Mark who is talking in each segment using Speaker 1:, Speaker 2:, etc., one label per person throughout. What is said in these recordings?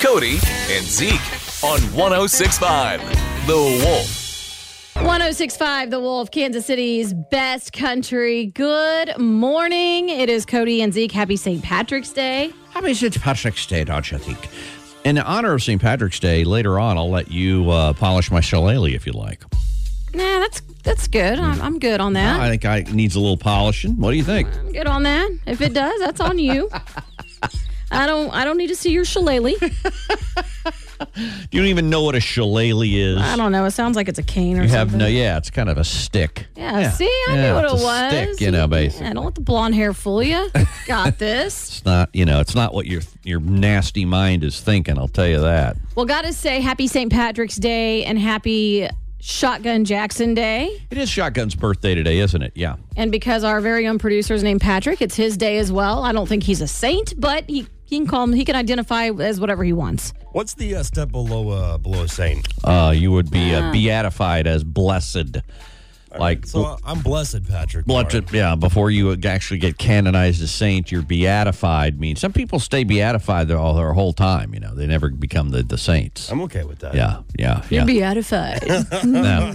Speaker 1: Cody, and Zeke on 1065 The Wolf.
Speaker 2: 1065 The Wolf, Kansas City's best country. Good morning. It is Cody and Zeke. Happy St. Patrick's Day.
Speaker 3: Happy St. Patrick's Day, don't you think? In honor of St. Patrick's Day, later on, I'll let you uh, polish my shillelagh if you like.
Speaker 2: Nah, that's that's good. I'm, I'm good on that.
Speaker 3: I think I it needs a little polishing. What do you think?
Speaker 2: I'm good on that. If it does, that's on you. I don't I don't need to see your shillelagh.
Speaker 3: You don't even know what a shillelagh is.
Speaker 2: I don't know. It sounds like it's a cane or
Speaker 3: You have
Speaker 2: something.
Speaker 3: no, yeah, it's kind of a stick.
Speaker 2: yeah, see, I
Speaker 3: yeah,
Speaker 2: knew what it
Speaker 3: it's a
Speaker 2: was.
Speaker 3: Stick, you know, basically.
Speaker 2: Yeah, don't let the blonde hair fool you. Got this.
Speaker 3: It's not, you know, it's not what your your nasty mind is thinking. I'll tell you that.
Speaker 2: Well, gotta say, happy St. Patrick's Day and happy Shotgun Jackson Day.
Speaker 3: It is Shotgun's birthday today, isn't it? Yeah.
Speaker 2: And because our very own producer is named Patrick, it's his day as well. I don't think he's a saint, but he, he can call him, he can identify as whatever he wants.
Speaker 4: What's the uh, step below uh, below a saint?
Speaker 3: Uh, you would be uh, beatified as blessed, like
Speaker 4: So uh, I'm blessed, Patrick.
Speaker 3: Blessed, yeah. Before you actually get canonized as saint, you're beatified. Means some people stay beatified their, all their whole time. You know, they never become the, the saints.
Speaker 4: I'm okay with that.
Speaker 3: yeah, yeah, yeah.
Speaker 2: You're beatified.
Speaker 3: No.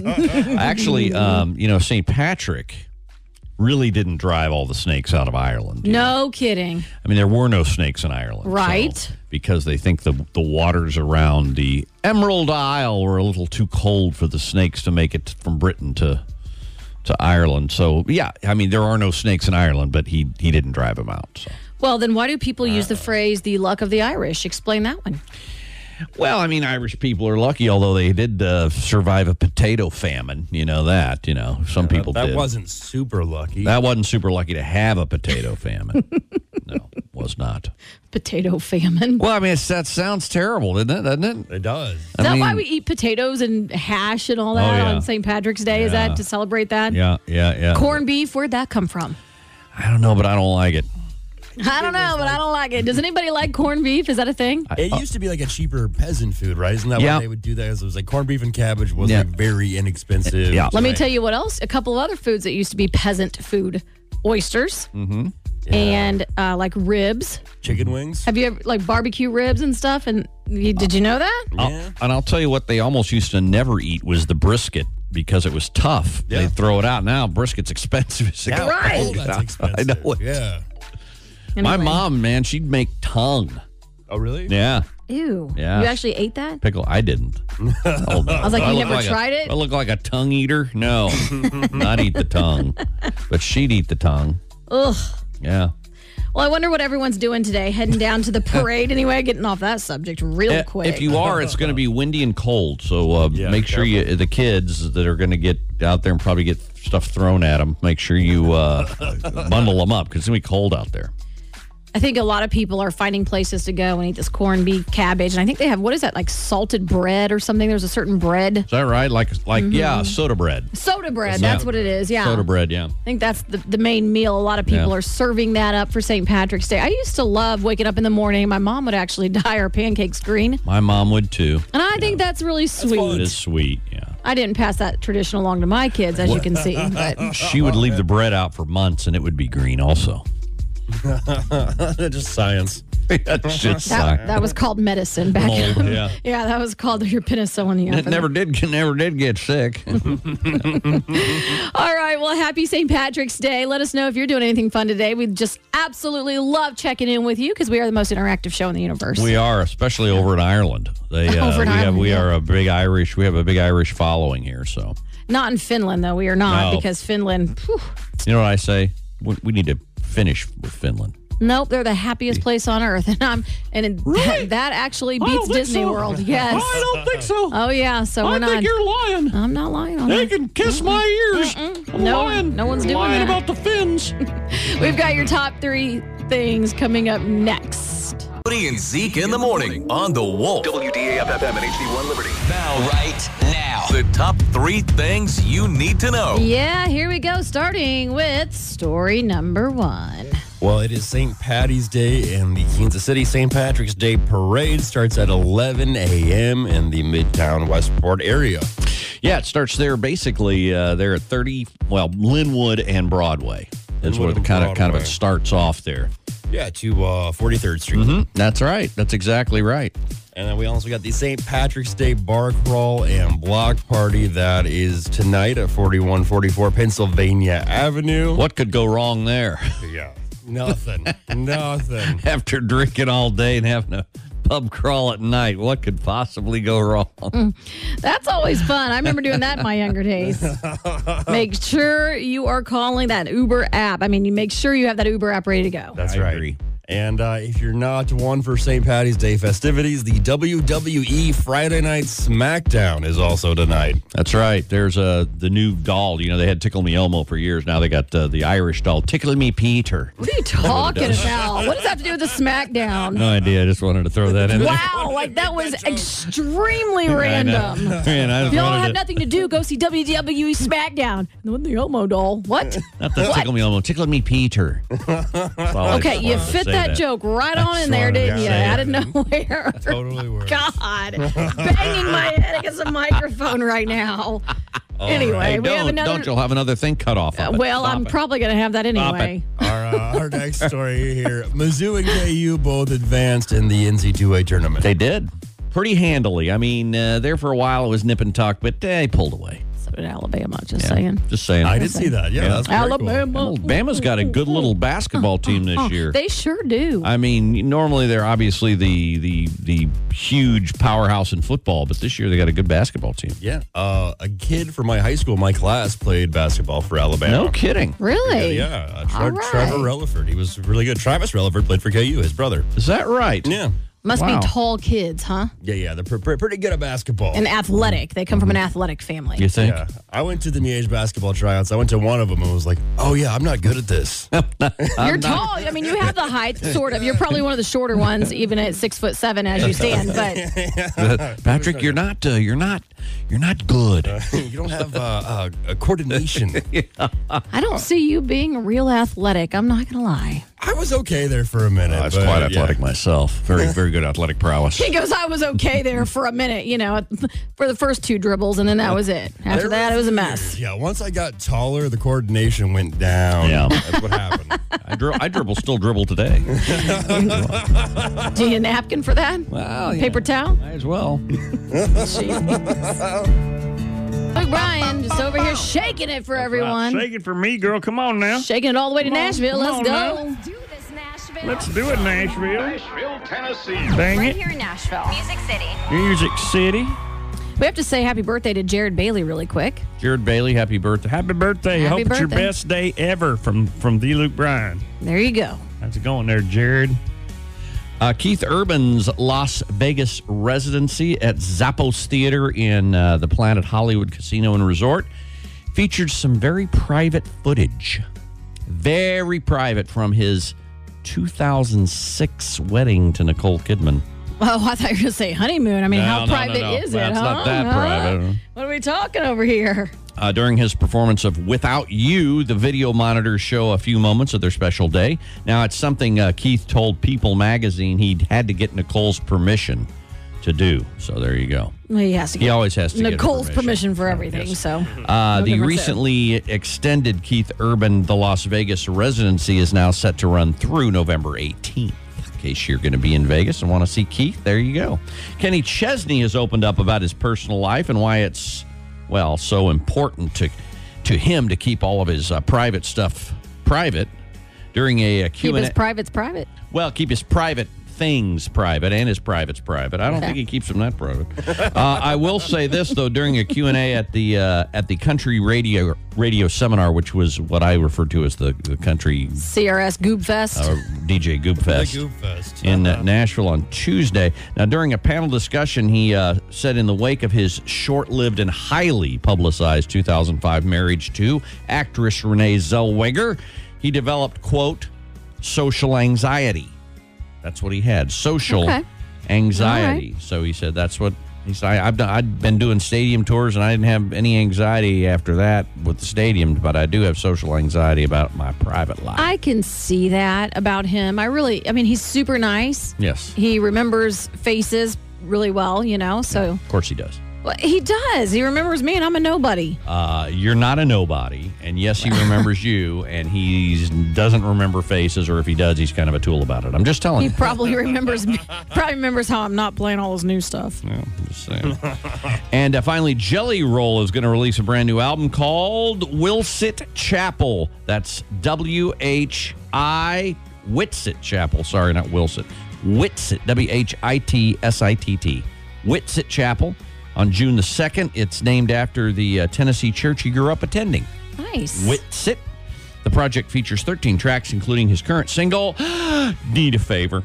Speaker 3: Actually, um, you know, Saint Patrick really didn't drive all the snakes out of Ireland. you know?
Speaker 2: no kidding.
Speaker 3: I mean there were no snakes in Ireland, so-
Speaker 2: Right.
Speaker 3: because they think the the waters around the Emerald Isle were a little too cold for the snakes to make it from Britain to. To Ireland, so yeah, I mean there are no snakes in Ireland, but he he didn't drive them out. So.
Speaker 2: Well, then why do people use the phrase the luck of the Irish? Explain that one.
Speaker 3: Well, I mean, Irish people are lucky, although they did uh, survive a potato famine. You know that. You know, some people
Speaker 4: that
Speaker 3: did.
Speaker 4: wasn't super lucky.
Speaker 3: that wasn't super lucky to have a potato famine. no, was not.
Speaker 2: Potato famine.
Speaker 3: Well, I mean, it's, that sounds terrible, doesn't it? Doesn't it?
Speaker 4: it does.
Speaker 2: Is that
Speaker 3: I
Speaker 2: why
Speaker 3: mean- Oh,
Speaker 2: we eat potatoes and hash and all that
Speaker 3: yeah.
Speaker 2: on St. Patrick's Day? Is that to celebrate that?
Speaker 3: Yeah, yeah, yeah.
Speaker 2: Corned beef, where'd that come from?
Speaker 3: I don't know, but I don't like it.
Speaker 2: I don't know, but I don't like it. Does anybody like corned beef? Is that a thing?
Speaker 4: It used to be like a cheaper peasant food, right? Isn't that
Speaker 3: uh, Yeah.
Speaker 4: why they would do that? 'Cause It was like corned beef and cabbage was
Speaker 3: Yeah.
Speaker 4: like very inexpensive.
Speaker 3: Yeah.
Speaker 2: Let me tell you what else. A couple of other foods that used to be peasant food: oysters
Speaker 3: Mm-hmm.
Speaker 2: and uh, like ribs.
Speaker 4: Chicken wings.
Speaker 2: Have you ever like barbecue ribs and stuff? And you, did you know that?
Speaker 3: I'll-
Speaker 4: Yeah.
Speaker 3: and I'll tell you what they almost used to never eat was the brisket because it was tough.
Speaker 4: Yeah.
Speaker 3: They'd throw it out. Now brisket's expensive. as hell.
Speaker 2: Right.
Speaker 4: Oh, that's expensive.
Speaker 3: I know. it.
Speaker 4: Yeah.
Speaker 3: My
Speaker 2: Anyway.
Speaker 3: mom, man, she'd make tongue.
Speaker 4: Oh, really?
Speaker 3: Yeah.
Speaker 2: Ew.
Speaker 3: Yeah.
Speaker 2: You actually ate that?
Speaker 3: Pickle, I didn't. I was
Speaker 2: like, you never tried
Speaker 3: a,
Speaker 2: it?
Speaker 3: I look like a tongue eater. No, not eat the tongue, but she'd eat the tongue.
Speaker 2: Ugh.
Speaker 3: Yeah.
Speaker 2: Well, I wonder what everyone's doing today. Heading down to the parade anyway. Getting off that subject real
Speaker 3: Eh,
Speaker 2: quick.
Speaker 3: If you are, it's going to be windy and cold, so uh,
Speaker 4: Yeah,
Speaker 3: make sure you the kids that are going to get out there and probably get stuff thrown at them. Make sure you uh, bundle them up because it's going to be cold out there.
Speaker 2: I think a lot of people are finding places to go and eat this corned beef, cabbage, and I think they have what is that like salted bread or something? There's a certain bread,
Speaker 3: Is that right? Like, like yeah, soda bread.
Speaker 2: soda bread. That's what it is. Mm-hmm. Yeah,
Speaker 3: Soda bread, yeah.
Speaker 2: I think that's the, the main meal. A lot of people
Speaker 3: Yeah.
Speaker 2: are serving that up for St. Patrick's Day. I used to love waking up in the morning. My mom would actually dye her pancakes green.
Speaker 3: My mom would too.
Speaker 2: And I think that's really
Speaker 3: It
Speaker 2: sweet.
Speaker 3: is sweet, yeah.
Speaker 2: I didn't pass that tradition along to my kids, as you can see. But
Speaker 3: She would leave the bread out for months, and it would be green also.
Speaker 4: Just science.
Speaker 3: That's just
Speaker 2: that, that was called medicine back
Speaker 3: Mold,
Speaker 2: in-
Speaker 3: yeah.
Speaker 2: yeah, that was called your penicillin. in the
Speaker 3: It
Speaker 2: oven.
Speaker 3: never did. Never did get sick.
Speaker 2: All right. Well, happy St. Patrick's Day. Let us know if you're doing anything fun today. We just absolutely love checking in with you because we are the most interactive show in the universe.
Speaker 3: we are, especially over in Ireland. They, uh,
Speaker 2: Over in
Speaker 3: we have,
Speaker 2: Ireland,
Speaker 3: we
Speaker 2: yeah.
Speaker 3: are a big Irish. We have a big Irish following here. So,
Speaker 2: not in Finland, though. We are not
Speaker 3: No.
Speaker 2: because Finland, whew,
Speaker 3: you know what I say? We, we need to finish with Finland.
Speaker 2: Nope, they're the happiest place on earth, and I'm and it- that, that actually beats Disney World. Yes.
Speaker 3: don't think so.
Speaker 2: Oh yeah. So we're not.
Speaker 3: lying.
Speaker 2: I'm not lying on that.
Speaker 3: can kiss my ears.
Speaker 2: I'm No, lying. no one's I'm doing lying that. about
Speaker 3: the fins.
Speaker 2: We've got your top three things coming up next.
Speaker 1: Cody and Zeke in the morning on The Wolf.
Speaker 5: WDAFFM and HD1 Liberty.
Speaker 1: Now, right now. The top three things you need to know.
Speaker 2: Yeah, here we go. Starting with story number one.
Speaker 4: Well, it is St. Patty's Day, and the Kansas City St. Patrick's Day parade starts at 11 a.m. in the Midtown Westport area.
Speaker 3: Yeah, it starts there basically uh, there at 30, well, Linwood and Broadway. That's
Speaker 4: Linwood
Speaker 3: where the
Speaker 4: and
Speaker 3: kind of kind of
Speaker 4: Broadway.
Speaker 3: it starts off there.
Speaker 4: Yeah, to uh, 43rd Street.
Speaker 3: That's right. That's exactly right.
Speaker 4: And then we also got the St. Patrick's Day Bar Crawl and Block Party that is tonight at 4144 Pennsylvania Avenue.
Speaker 3: What could go wrong there
Speaker 4: Yeah. Nothing. nothing.
Speaker 3: after drinking all day and having a pub crawl at night? What could possibly go wrong?
Speaker 2: That's always fun. I remember doing that in my younger days. Make sure you are calling that Uber app. I mean, you make sure you have that Uber app ready to go.
Speaker 4: That's
Speaker 3: I
Speaker 4: right.
Speaker 3: agree.
Speaker 4: And uh, if you're not one for St. Patty's Day festivities, the WWE Friday Night SmackDown is also tonight.
Speaker 3: That's right. There's uh, the new doll. You know, they had Tickle Me Elmo for years. Now they got uh, the Irish doll, Tickle Me Peter.
Speaker 2: What are you talking about? What does that have to do with the SmackDown?
Speaker 3: No idea. I just wanted to throw that in. there.
Speaker 2: Wow, like that was extremely random.
Speaker 3: I know. Man, I
Speaker 2: If
Speaker 3: just
Speaker 2: y'all
Speaker 3: wanted
Speaker 2: have
Speaker 3: to-
Speaker 2: nothing to do, go see WWE SmackDown. The one the Elmo doll. What?
Speaker 3: Not the tickle me Elmo, tickle me Peter. That's all I
Speaker 2: Okay,
Speaker 3: just
Speaker 2: you
Speaker 3: wanted to
Speaker 2: fit
Speaker 3: say
Speaker 2: that, joke right on in there,
Speaker 3: wanted to
Speaker 2: didn't you?
Speaker 3: say
Speaker 2: Out
Speaker 3: it.
Speaker 2: of nowhere.
Speaker 4: Totally worth
Speaker 2: God, banging my head against a microphone right now. anyway,
Speaker 3: Hey,
Speaker 2: we have
Speaker 3: don't,
Speaker 2: another.
Speaker 3: don't you'll have another thing cut off.
Speaker 2: Uh,
Speaker 3: Of it.
Speaker 2: well,
Speaker 3: Stop
Speaker 2: I'm
Speaker 3: it.
Speaker 2: probably going to have that anyway.
Speaker 4: Our, uh, our next story here Mizzou and KU both advanced in the NC2A
Speaker 2: Oh.
Speaker 4: tournament.
Speaker 3: They did pretty handily. I mean, uh, there for a while it was nip and tuck, but they pulled away.
Speaker 2: So did Alabama, just saying.
Speaker 3: Just saying.
Speaker 4: I did see that. Yeah, that's very cool.
Speaker 2: Alabama.
Speaker 3: Alabama's got a good little basketball team this year.
Speaker 2: They sure do.
Speaker 3: I mean, normally they're obviously the the the huge powerhouse in football, but this year they got a good basketball team.
Speaker 4: Yeah, uh, a kid from my high school, my class, played basketball for Alabama.
Speaker 3: No kidding.
Speaker 2: really?
Speaker 4: Yeah, uh, Tre-
Speaker 2: All right.
Speaker 4: Trevor Relaford. He was really good. Travis Relaford played for KU, his brother.
Speaker 3: Is that right?
Speaker 4: Yeah,
Speaker 2: Must
Speaker 3: Wow.
Speaker 2: be tall kids, huh?
Speaker 4: yeah, yeah. They're pre- pre- pretty good at basketball.
Speaker 2: And athletic. They come from an
Speaker 6: Mm-hmm.
Speaker 2: athletic family.
Speaker 3: You think?
Speaker 4: yeah, I went to the Niege basketball tryouts. I went to one of them and was like, "Oh yeah, I'm not good at this."
Speaker 2: You're tall. I mean, you have the height, sort of. You're probably one of the shorter ones, even at six foot seven as you stand. But
Speaker 3: Patrick, you're not uh, you're not you're not good.
Speaker 4: you don't have uh, uh, a coordination.
Speaker 2: I don't see you being real athletic. I'm not gonna lie.
Speaker 4: I was okay there for a minute.
Speaker 3: I was
Speaker 4: but,
Speaker 3: quite
Speaker 4: yeah.
Speaker 3: athletic myself. Very, very good athletic prowess.
Speaker 2: He goes, I was okay there for a minute, you know, for the first two dribbles, and then that was it. After
Speaker 4: There
Speaker 2: that, it was a
Speaker 4: years-
Speaker 2: mess.
Speaker 4: Yeah, once I got taller, the coordination went down.
Speaker 3: Yeah.
Speaker 6: Oh,
Speaker 4: that's what happened.
Speaker 3: I, dri- I dribble, still dribble today.
Speaker 2: Do you need a napkin for that?
Speaker 3: Well, yeah.
Speaker 2: Paper towel?
Speaker 3: Might as well.
Speaker 2: Big Brian just over here shaking it for everyone.
Speaker 6: Shake it for me, girl. Come on now.
Speaker 2: Shaking it all the way to
Speaker 6: on,
Speaker 2: Nashville.
Speaker 6: come
Speaker 2: Let's
Speaker 6: on
Speaker 2: go.
Speaker 7: Do this, Nashville.
Speaker 6: Let's do it, Nashville.
Speaker 5: Nashville, Tennessee.
Speaker 6: Dang
Speaker 7: right
Speaker 6: it.
Speaker 7: here in Nashville. Music City.
Speaker 6: Music City.
Speaker 2: We have to say happy birthday to Jared Bailey really quick.
Speaker 3: Jared Bailey, happy birthday.
Speaker 6: Happy birthday.
Speaker 2: Happy
Speaker 6: Hope it's your
Speaker 2: birthday.
Speaker 6: best day ever from from the Luke Bryan.
Speaker 2: There you go.
Speaker 6: How's it going there, Jared?
Speaker 3: Uh, Keith Urban's Las Vegas residency at Zappos Theater in uh, the Planet Hollywood Casino and Resort featured some very private footage. Very private from his 2006 wedding to Nicole Kidman.
Speaker 2: Oh, I thought you were going to say honeymoon. I mean,
Speaker 3: No,
Speaker 2: how
Speaker 3: no, no,
Speaker 2: private
Speaker 3: no.
Speaker 2: is it?
Speaker 3: That's
Speaker 2: huh?
Speaker 3: not that
Speaker 2: Huh?
Speaker 3: private.
Speaker 2: What are we talking over here?
Speaker 3: Uh, during his performance of Without You, the video monitors show a few moments of their special day. Now, it's something uh, Keith told People magazine he had to get Nicole's permission to do. So there you go.
Speaker 2: Well, he has to.
Speaker 3: He
Speaker 2: get
Speaker 3: always has to get
Speaker 2: Nicole's permission. for
Speaker 3: Oh,
Speaker 2: everything.
Speaker 3: yes.
Speaker 2: So
Speaker 3: Uh,
Speaker 2: no
Speaker 3: the
Speaker 2: difference there.
Speaker 3: recently extended Keith Urban, the Las Vegas residency, is now set to run through November 18th. In case you're going to be in Vegas and want to see Keith, there you go. Kenny Chesney has opened up about his personal life and why it's, well, so important to, to him to keep all of his uh, private stuff private during a, uh,
Speaker 2: keep
Speaker 3: Q&A.
Speaker 2: his privates private.
Speaker 3: Well, keep his private things private and his privates private. I don't think he keeps them that private. Uh, I will say this though during a Q&A at the uh, at the country radio radio seminar which was what I referred to as the, the country
Speaker 2: CRS Goob Fest.
Speaker 3: uh, DJ Goop Fest
Speaker 4: Goob Fest.
Speaker 3: in
Speaker 2: Uh-huh.
Speaker 3: uh, Nashville on Tuesday. Now, during a panel discussion, he uh, said in the wake of his short lived and highly publicized 2005 marriage to actress Renee Zellweger, he developed, quote, social anxiety. That's what he had social
Speaker 2: Okay.
Speaker 3: anxiety. So he said that's what. He said, I, I've done, I'd been doing stadium tours and I didn't have any anxiety after that with the stadium, but I do have social anxiety about my private life.
Speaker 2: I can see that about him. I really, I mean, he's super nice.
Speaker 3: yes,
Speaker 2: He remembers faces really well, you know. So,
Speaker 3: of course he does.
Speaker 2: well, Well, he does. He remembers me, and I'm a nobody.
Speaker 3: Uh, you're not a nobody, and yes, he remembers you, and he doesn't remember faces, or if he does, he's kind of a tool about it. I'm just telling
Speaker 2: He
Speaker 3: you.
Speaker 2: probably remembers me. Probably remembers how I'm not playing all his new stuff.
Speaker 3: Just saying. and uh, finally, Jelly Roll is going to release a brand new album called Wilsit Chapel. That's W H I Witsit Chapel. Sorry, not Wilsit. Witsit. W H I T S I T T. Witsit Chapel on June the 2nd. It's named after the uh, Tennessee church he grew up attending.
Speaker 2: Nice.
Speaker 3: Witsit. The project features 13 tracks, including his current single, Need a Favor.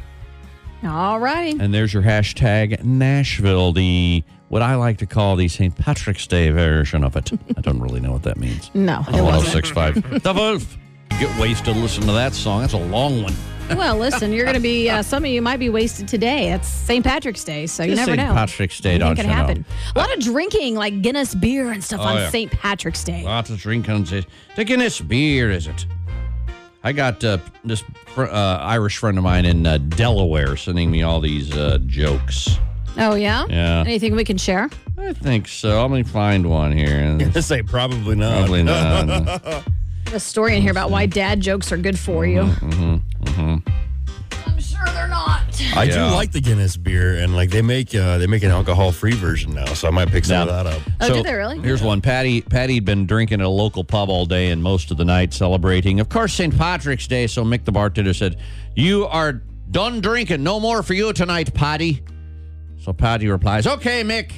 Speaker 2: All righty.
Speaker 3: And there's your hashtag Nashville, the what I like to call the St. Patrick's Day version of it. I don't really know what that means.
Speaker 2: No, it wasn't.
Speaker 3: 1065. the Wolf. Get wasted, listen to that song. That's a long one.
Speaker 2: Well, listen, you're going to be, uh, some of you might be wasted today. It's St. Patrick's Day, so you
Speaker 3: It's
Speaker 2: never
Speaker 3: St.
Speaker 2: know.
Speaker 3: Patrick's Day,
Speaker 2: Anything
Speaker 3: don't
Speaker 2: could
Speaker 3: you know.
Speaker 2: happen. A lot of drinking, like Guinness beer and stuff
Speaker 3: Oh,
Speaker 2: on
Speaker 3: yeah.
Speaker 2: St. Patrick's Day.
Speaker 3: Lots of drinking. The Guinness beer, is it? I got uh, this fr- uh, Irish friend of mine in uh, Delaware sending me all these uh, jokes.
Speaker 2: oh, yeah?
Speaker 3: Yeah.
Speaker 2: Anything we can share?
Speaker 3: I think so. Let me find one here.
Speaker 4: Just say probably not.
Speaker 3: Probably not.
Speaker 2: A story in here about why dad jokes are good for you.
Speaker 3: Mm-hmm,
Speaker 2: I'm sure they're not.
Speaker 4: I
Speaker 3: Yeah.
Speaker 4: do like the Guinness beer, and like they make uh, they make an alcohol free version now, so I might pick some
Speaker 3: Yeah.
Speaker 4: of that up.
Speaker 2: Oh, did they really?
Speaker 3: Here's one. Patty Patty'd been drinking at a local pub all day and most of the night celebrating, of course, St. Patrick's Day. So Mick the bartender said, "You are done drinking. No more for you tonight, Patty." So Patty replies, "Okay, Mick,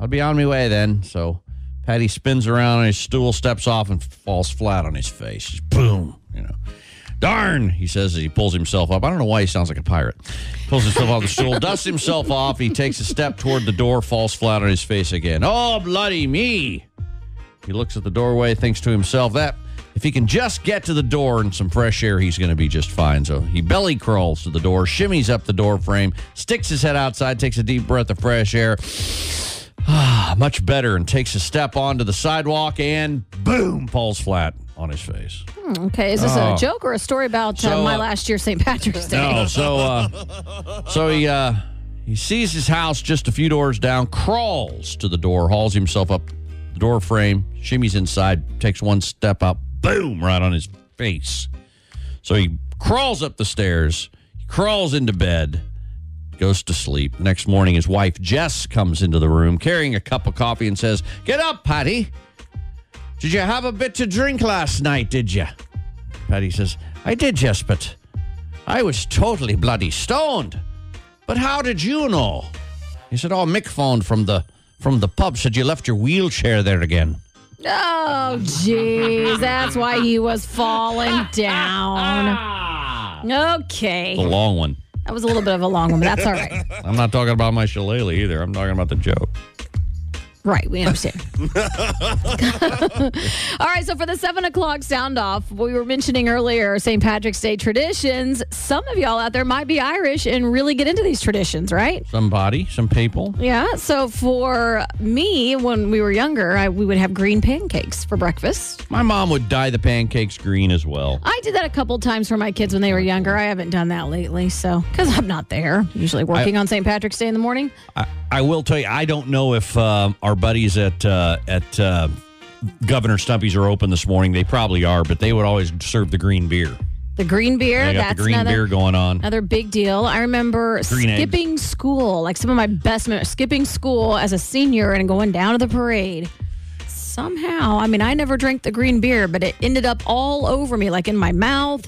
Speaker 3: I'll be on my way then." So Patty spins around on his stool, steps off, and falls flat on his face. Just boom, you know. Darn, he says as he pulls himself up. I don't know why he sounds like a pirate. Pulls himself off the stool, dusts himself off. He takes a step toward the door, falls flat on his face again. Oh, bloody me. He looks at the doorway, thinks to himself that if he can just get to the door and some fresh air, he's going to be just fine. So he belly crawls to the door, shimmies up the door frame, sticks his head outside, takes a deep breath of fresh air. Ah, much better, and takes a step onto the sidewalk and boom, falls flat on his face.
Speaker 2: Okay, is this
Speaker 3: Oh.
Speaker 2: a joke or a story about uh,
Speaker 3: So,
Speaker 2: my
Speaker 3: uh,
Speaker 2: last year St. Patrick's Day?
Speaker 3: No, so uh, so he uh, he sees his house just a few doors down, crawls to the door, hauls himself up the door frame, shimmies inside, takes one step out, boom, right on his face. So he crawls up the stairs, he crawls into bed, goes to sleep. Next morning, his wife Jess comes into the room carrying a cup of coffee and says, "Get up, Patty. Did you have a bit to drink last night? Did you?" Patty says, "I did, Jess, but." I was totally bloody stoned. But how did you know? He said, Oh, Mick phoned from the from the pub, said you left your wheelchair there again.
Speaker 2: Oh, jeez. That's why he was falling down.
Speaker 3: The
Speaker 2: Okay.
Speaker 3: long one.
Speaker 2: That was a little bit of a long one, but that's all right.
Speaker 3: I'm not talking about my shillelagh either. I'm talking about the joke.
Speaker 2: Right, we understand. All right, so for the seven o'clock sound off, we were mentioning earlier St. Patrick's Day traditions. Some of y'all out there might be Irish and really get into these traditions, right?
Speaker 3: Somebody, some people.
Speaker 2: Yeah. So for me, when we were younger, I, we would have green pancakes for breakfast.
Speaker 3: My mom would dye the pancakes green as well.
Speaker 2: I did that a couple times for my kids when they were younger. I haven't done that lately, so because I'm not there, usually working on St. Patrick's Day in the morning.
Speaker 3: I, I will tell you, I don't know if um our buddies at uh, at uh, Governor Stumpy's are open this morning. They probably are, but they would always serve the green beer.
Speaker 2: The green beer.
Speaker 3: They got
Speaker 2: that's
Speaker 3: the green
Speaker 2: another,
Speaker 3: beer going on.
Speaker 2: Another big deal. I remember
Speaker 3: Green eggs.
Speaker 2: skipping school, like some of my best memories, skipping school as a senior and going down to the parade. Somehow, I mean, I never drank the green beer, but it ended up all over me, like in my mouth.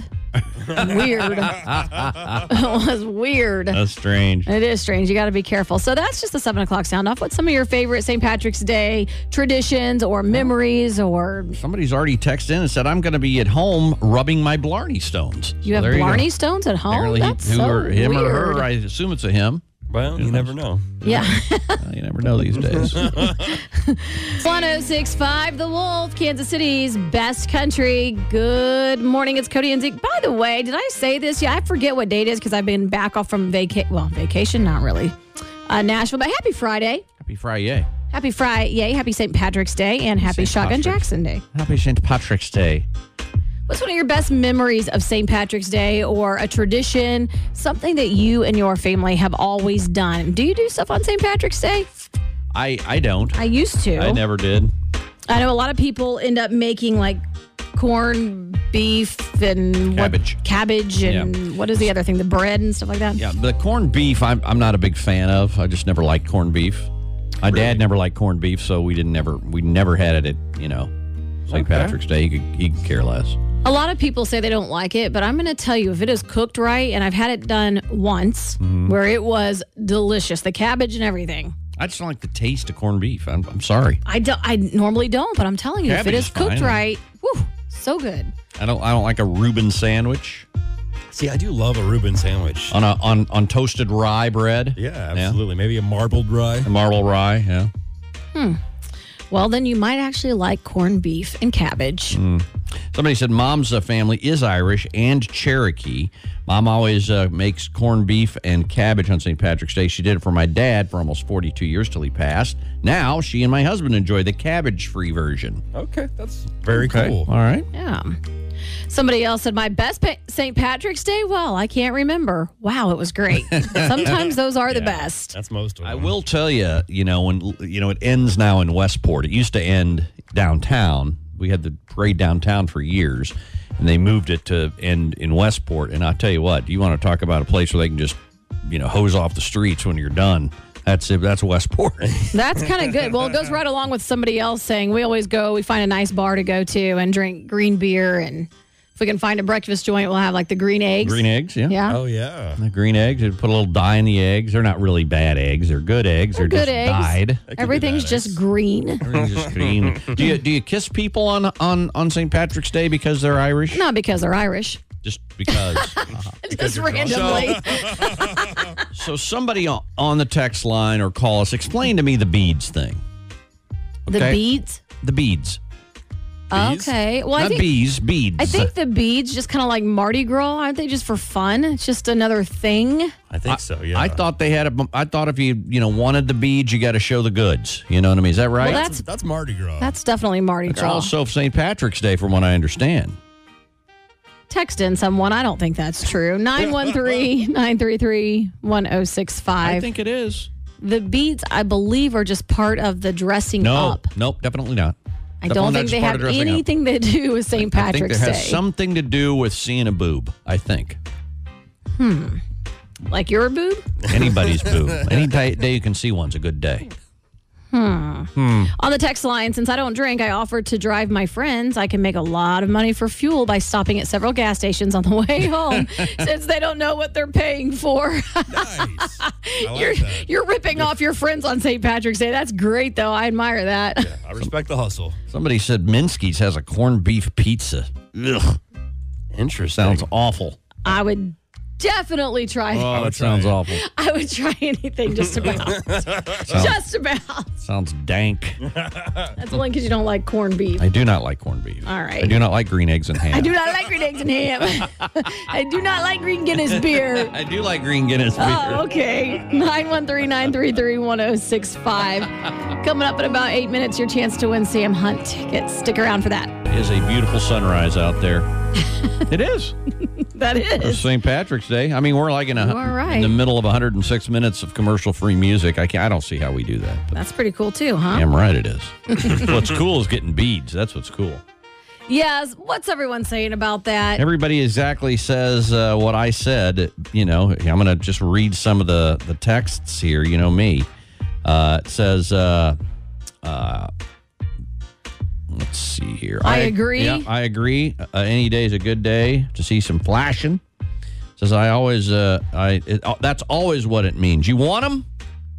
Speaker 2: weird. it was weird.
Speaker 3: That's strange.
Speaker 2: It is strange. You got to be careful. So that's just the seven o'clock sound off. What's some of your favorite St. Patrick's Day traditions or memories or
Speaker 3: Somebody's already texted in and said, I'm going to be at home rubbing my Blarney stones.
Speaker 2: you have
Speaker 3: there go.
Speaker 2: Blarney stones at home?
Speaker 3: Apparently, he-
Speaker 2: that's
Speaker 3: who
Speaker 2: so
Speaker 3: or him
Speaker 2: weird.
Speaker 3: or her. I assume it's a him.
Speaker 4: Well, you never know.
Speaker 2: Yeah.
Speaker 3: Uh, you never know these days.
Speaker 2: 1065 The Wolf, Kansas City's best country. Good morning. It's Cody and Zeke. By the way, did I say this? Yeah, I forget what date it is because I've been back off from vacation. Well, vacation, not really. Uh, Nashville, but happy Friday.
Speaker 3: Happy Friday.
Speaker 2: Happy Friday. Yay. Happy St. Patrick's Day and happy
Speaker 3: St.
Speaker 2: Shotgun
Speaker 3: Patrick's.
Speaker 2: Jackson Day.
Speaker 3: Happy St. Patrick's Day.
Speaker 2: What's one of your best memories of St. Patrick's Day or a tradition, something that you and your family have always done? Do you do stuff on St. Patrick's Day?
Speaker 3: I I don't.
Speaker 2: I used to.
Speaker 3: I never did.
Speaker 2: I know a lot of people end up making like corn beef and what-
Speaker 3: Cabbage.
Speaker 2: cabbage and
Speaker 3: Yeah.
Speaker 2: what is the other thing? The bread and stuff like that.
Speaker 3: Yeah, the corned beef I'm I'm not a big fan of. I just never liked corned beef. My dad never liked corned beef, so we didn't never we never had it at you know St. Patrick's Day. He could, he could care less.
Speaker 2: A lot of people say they don't like it, but I'm going to tell you if it is cooked right, and I've had it done once
Speaker 3: Mm-hmm.
Speaker 2: where it was delicious, the cabbage and everything.
Speaker 3: I just don't like the taste of corned beef. I'm, I'm sorry.
Speaker 2: I don't. I normally don't, but I'm telling you, if
Speaker 3: Cabbage
Speaker 2: it
Speaker 3: is
Speaker 2: is cooked
Speaker 3: fine.
Speaker 2: right, whew, so good.
Speaker 3: I don't I don't like a Reuben sandwich
Speaker 4: See, I do love a Reuben sandwich.
Speaker 3: on a on on toasted rye bread.
Speaker 4: Yeah, absolutely. Maybe a marbled rye.
Speaker 3: The marble rye. Yeah.
Speaker 2: Well, then you might actually like corned beef and cabbage.
Speaker 3: Somebody said mom's uh, family is Irish and Cherokee. Mom always uh, makes corned beef and cabbage on St. Patrick's Day. She did it for my dad for almost 42 years till he passed. Now she and my husband enjoy the cabbage free version.
Speaker 4: Okay, that's very cool.
Speaker 3: All right.
Speaker 2: Yeah. Somebody else said, My best pa- St. Patrick's Day? Well, I can't remember. Wow, it was great. Sometimes those are the best.
Speaker 4: That's most of them.
Speaker 3: I will tell you, you know, when you know it ends now in Westport. It used to end downtown. We had the parade downtown for years, and they moved it to end in Westport. And I tell you what, you want to talk about a place where they can just, you know, hose off the streets when you're done. That's it. That's Westport.
Speaker 2: That's kind of good. Well, it goes right along with somebody else saying, We always go, we find a nice bar to go to and drink green beer. And if we can find a breakfast joint, we'll have like the green eggs.
Speaker 3: Green eggs, yeah.
Speaker 2: Yeah.
Speaker 4: Oh yeah.
Speaker 3: The green eggs. They put a little dye in the eggs. They're not really bad eggs. They're good eggs. They're,
Speaker 2: Good
Speaker 3: just
Speaker 2: eggs.
Speaker 3: dyed.
Speaker 2: Everything's just green.
Speaker 3: Everything's just green. do you do you kiss people on on on St. Patrick's Day because they're Irish?
Speaker 2: Not because they're Irish.
Speaker 3: Just because.
Speaker 2: Just randomly.
Speaker 3: so somebody on, on the text line or call us. Explain to me the beads thing.
Speaker 2: The
Speaker 3: Oh, Okay.
Speaker 2: beads.
Speaker 3: The beads,
Speaker 4: Bees?
Speaker 2: Okay. Well, I
Speaker 3: not
Speaker 2: think
Speaker 3: bees. Beads.
Speaker 2: I think the beads just kind of like Mardi Gras, aren't they? Just for fun. It's just another thing.
Speaker 4: I think so. Yeah.
Speaker 3: I thought they had a. I thought if you you know wanted the beads, you got to show the goods. You know what I mean? Is that right?
Speaker 2: Well,
Speaker 4: that's that's Mardi Gras.
Speaker 2: That's definitely Mardi
Speaker 3: it's
Speaker 2: Gras.
Speaker 3: also St. Patrick's Day, from what I understand.
Speaker 2: Text in someone. I don't think that's true. 913-933-1065.
Speaker 3: I think it is.
Speaker 2: the beads, I believe, are just part of the dressing
Speaker 3: No,
Speaker 2: up.
Speaker 3: nope, definitely not.
Speaker 2: I don't think they have anything to do with St.
Speaker 3: I think
Speaker 2: Patrick's
Speaker 3: there has
Speaker 2: Day.
Speaker 3: something to do with seeing a boob. I think
Speaker 2: like your boob?
Speaker 3: anybody's boob, any day, day you can see one's a good day.
Speaker 2: On the text line, since I don't drink, I offered to drive my friends. I can make a lot of money for fuel by stopping at several gas stations on the way home since they don't know what they're paying for.
Speaker 4: nice. I like
Speaker 2: you're,
Speaker 4: that.
Speaker 2: you're ripping off your friends on St. Patrick's Day. That's great, though. I admire that.
Speaker 4: I respect the hustle.
Speaker 3: Somebody said Minsky's has a corned beef pizza. Ugh,
Speaker 4: Interesting.
Speaker 3: sounds awful.
Speaker 2: I would definitely try.
Speaker 3: Oh, that sounds awful.
Speaker 2: I would try anything just about. just about.
Speaker 3: Sounds dank.
Speaker 2: That's only because you don't like corned beef.
Speaker 3: I do not like corned beef.
Speaker 2: All right.
Speaker 3: I do not like green eggs and ham.
Speaker 2: I do not like green eggs and ham. I do not like green Guinness beer.
Speaker 3: I do like green Guinness beer.
Speaker 2: Oh, okay. 913-933-1065. Coming up in about eight minutes, your chance to win Sam Hunt tickets. Stick around for that.
Speaker 3: It is a beautiful sunrise out there. it is.
Speaker 2: That
Speaker 3: It's
Speaker 2: is.
Speaker 3: St. Patrick's Day. I mean, we're like in a
Speaker 2: You are right.
Speaker 3: in the middle of 106 minutes of commercial-free music. I can I don't see how we do that. but-
Speaker 2: That's pretty cool too, huh?
Speaker 3: Damn right it is. what's cool is getting beads. That's what's cool.
Speaker 2: Yes. What's everyone saying about that?
Speaker 3: Everybody exactly says uh, what I said. You know, I'm going to just read some of the, the texts here. You know me. Uh, it says, uh, uh, let's see here.
Speaker 2: I agree.
Speaker 3: Yeah, I agree. Uh, any day is a good day to see some flashing. Says I always, uh, I it, oh, that's always what it means. You want them,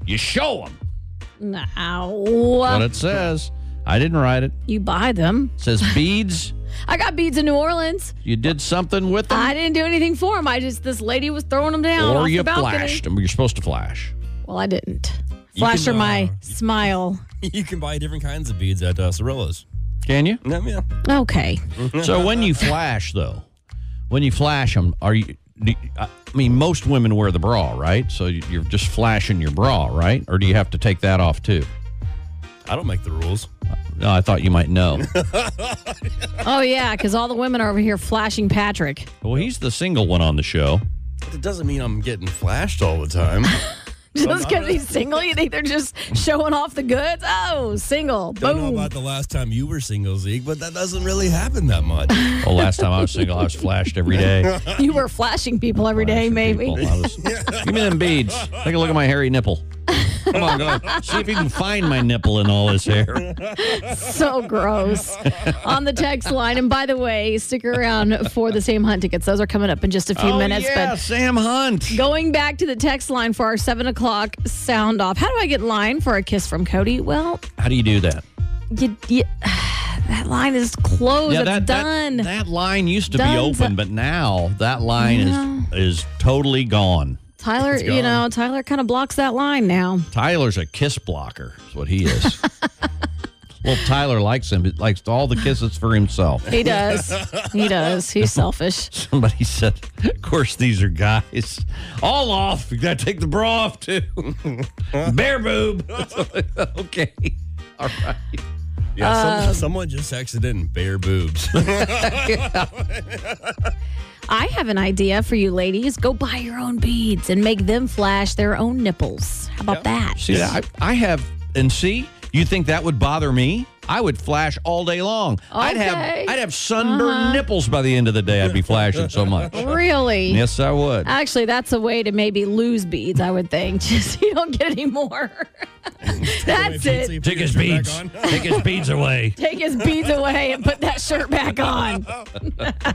Speaker 3: you show them. What
Speaker 2: No.
Speaker 3: it says. I didn't write it.
Speaker 2: You buy them.
Speaker 3: It says beads.
Speaker 2: I got beads in New Orleans.
Speaker 3: You did something with them,
Speaker 2: I didn't do anything for them. I just this lady was throwing them down.
Speaker 3: or
Speaker 2: off
Speaker 3: you
Speaker 2: the balcony.
Speaker 3: flashed them. You're supposed to flash.
Speaker 2: Well, I didn't. Flash her
Speaker 4: can,
Speaker 2: my
Speaker 4: uh,
Speaker 2: smile.
Speaker 4: You can buy different kinds of beads at uh, Cirillo's.
Speaker 3: Can you?
Speaker 4: No, yeah.
Speaker 2: Okay.
Speaker 3: So when you flash, though, when you flash them, are you? Do, I mean, most women wear the bra, right? So you- you're just flashing your bra, right? Or do you have to take that off too?
Speaker 4: I don't make the rules.
Speaker 3: No, I thought you might know.
Speaker 2: Oh yeah, because all the women are over here flashing Patrick.
Speaker 3: well, he's the single one on the show.
Speaker 4: But it doesn't mean I'm getting flashed all the time.
Speaker 2: Just because he's single, you think they're just showing off the goods? Oh, single.
Speaker 4: Don't know
Speaker 2: Boom.
Speaker 4: about the last time you were single, Zeke, but that doesn't really happen that much.
Speaker 3: Oh, last time I was single, I was flashed every day.
Speaker 2: you were flashing people every day,
Speaker 3: Flashing
Speaker 2: maybe.
Speaker 3: people. I was- Give me them beads. Take a look at my hairy nipple. Come on, go. See if you can find my nipple in all this hair.
Speaker 2: so gross on the text line. And by the way, stick around for the Sam Hunt tickets. Those are coming up in just a few
Speaker 3: oh,
Speaker 2: minutes.
Speaker 3: yeah,
Speaker 2: But
Speaker 3: Sam Hunt.
Speaker 2: going back to the text line for our seven o'clock sound off, how do I get in line for a kiss from Cody? Well,
Speaker 3: How do you do that?
Speaker 2: you, you, that line is closed. It's
Speaker 3: that, that-
Speaker 2: done.
Speaker 3: That, line used to be
Speaker 2: Done's
Speaker 3: open,
Speaker 2: up.
Speaker 3: but now that line is is totally gone.
Speaker 2: Tyler, you know, Tyler kind of blocks that line now.
Speaker 3: Tyler's a kiss blocker, is what he is. well, Tyler likes him. He likes all the kisses for himself.
Speaker 2: He does. he does. He's selfish.
Speaker 3: Somebody said, "Of course, these are guys. All off. You gotta take the bra off too. Bare boob. okay." All right.
Speaker 4: Yeah,
Speaker 2: Um,
Speaker 4: some, someone just texted in bare boobs.
Speaker 2: I have an idea for you ladies. Go buy your own beads and make them flash their own nipples. How about that?
Speaker 3: See, I, I have, and see, you think that would bother me? I would flash all day long. I'd
Speaker 2: Okay. Uh-huh.
Speaker 3: have, I'd have sunburned nipples by the end of the day. I'd be flashing so much.
Speaker 2: Really?
Speaker 3: Yes, I would.
Speaker 2: Actually, that's a way to maybe lose beads, I would think. Just you don't get any more. that's it.
Speaker 3: Take his beads. Take his beads away.
Speaker 2: Take his beads away and put that shirt back on. uh,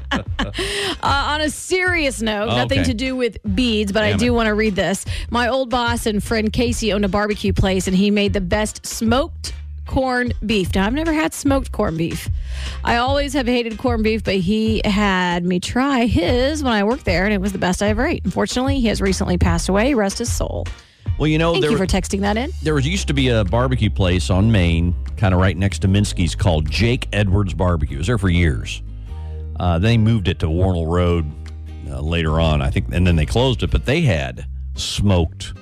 Speaker 2: on a serious note,
Speaker 3: Oh,
Speaker 2: nothing
Speaker 3: okay.
Speaker 2: to do with beads, but I
Speaker 3: Damn
Speaker 2: do
Speaker 3: it.
Speaker 2: want to read this. My old boss and friend Casey owned a barbecue place, and he made the best smoked corned beef. Now, I've never had smoked corned beef. I always have hated corned beef, but he had me try his when I worked there, and it was the best I ever ate. Unfortunately, he has recently passed away. Rest his soul.
Speaker 3: Well, you know,
Speaker 2: Thank
Speaker 3: there,
Speaker 2: you for texting that in.
Speaker 3: there was used to be a barbecue place on Main, kind of right next to Minsky's, called Jake Edwards Barbecue. It was there for years. Uh, they moved it to Warnell Road uh, later on, I think, and then they closed it. But they had smoked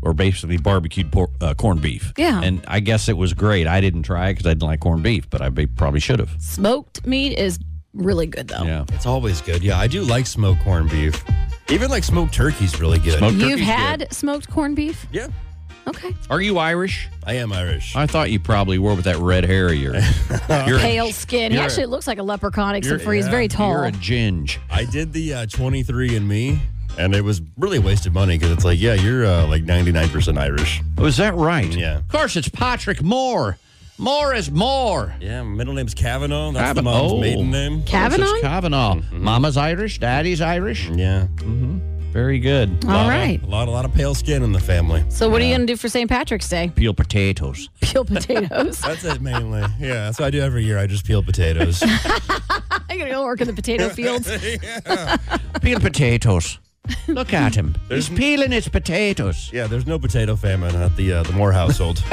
Speaker 3: or basically barbecued por- uh, corned beef.
Speaker 2: Yeah.
Speaker 3: and I guess it was great. I didn't try because I didn't like corned beef, but I be- probably should have.
Speaker 2: Smoked meat is really good, though.
Speaker 3: Yeah,
Speaker 4: It's always good. Yeah, I do like smoked corned beef. Even like smoked turkey's really good.
Speaker 3: Smoked-
Speaker 2: You've
Speaker 3: Turkey's
Speaker 2: had smoked corned beef?
Speaker 4: Yeah,
Speaker 2: Okay.
Speaker 3: are you Irish?
Speaker 4: I am Irish.
Speaker 3: I thought you probably were with that red hair. of yours. You're, you're
Speaker 2: Pale skin. He
Speaker 3: You're a-
Speaker 2: actually looks like a leprechaun except
Speaker 4: you're-
Speaker 2: for he's
Speaker 4: yeah,
Speaker 2: very tall.
Speaker 3: a ginge.
Speaker 4: I did the uh, 23 and me, and it was really wasted money because it's like, yeah, you're uh, like 99% Irish.
Speaker 3: Oh, is that right?
Speaker 4: Yeah.
Speaker 3: Of course, it's Patrick Moore. Moore is Moore.
Speaker 4: Yeah, my middle name's Kavanaugh. That's the
Speaker 3: Kavan-
Speaker 4: mom's
Speaker 3: oh.
Speaker 4: maiden name.
Speaker 3: This
Speaker 2: Kavanaugh?
Speaker 3: is Kavanaugh. Mama's Irish. Daddy's Irish.
Speaker 4: Yeah.
Speaker 3: Mm-hmm. Very good.
Speaker 2: All right.
Speaker 4: A lot, a lot of pale skin in the family.
Speaker 2: So what are you going to do for St. Patrick's Day?
Speaker 3: Peel potatoes.
Speaker 2: Peel potatoes.
Speaker 4: That's it mainly. yeah, that's what I do every year. I just peel potatoes.
Speaker 2: I'm going to go work in the potato fields.
Speaker 3: Peel potatoes. Look at him. He's peeling his potatoes.
Speaker 4: yeah, there's no potato famine at the uh, the Moore household.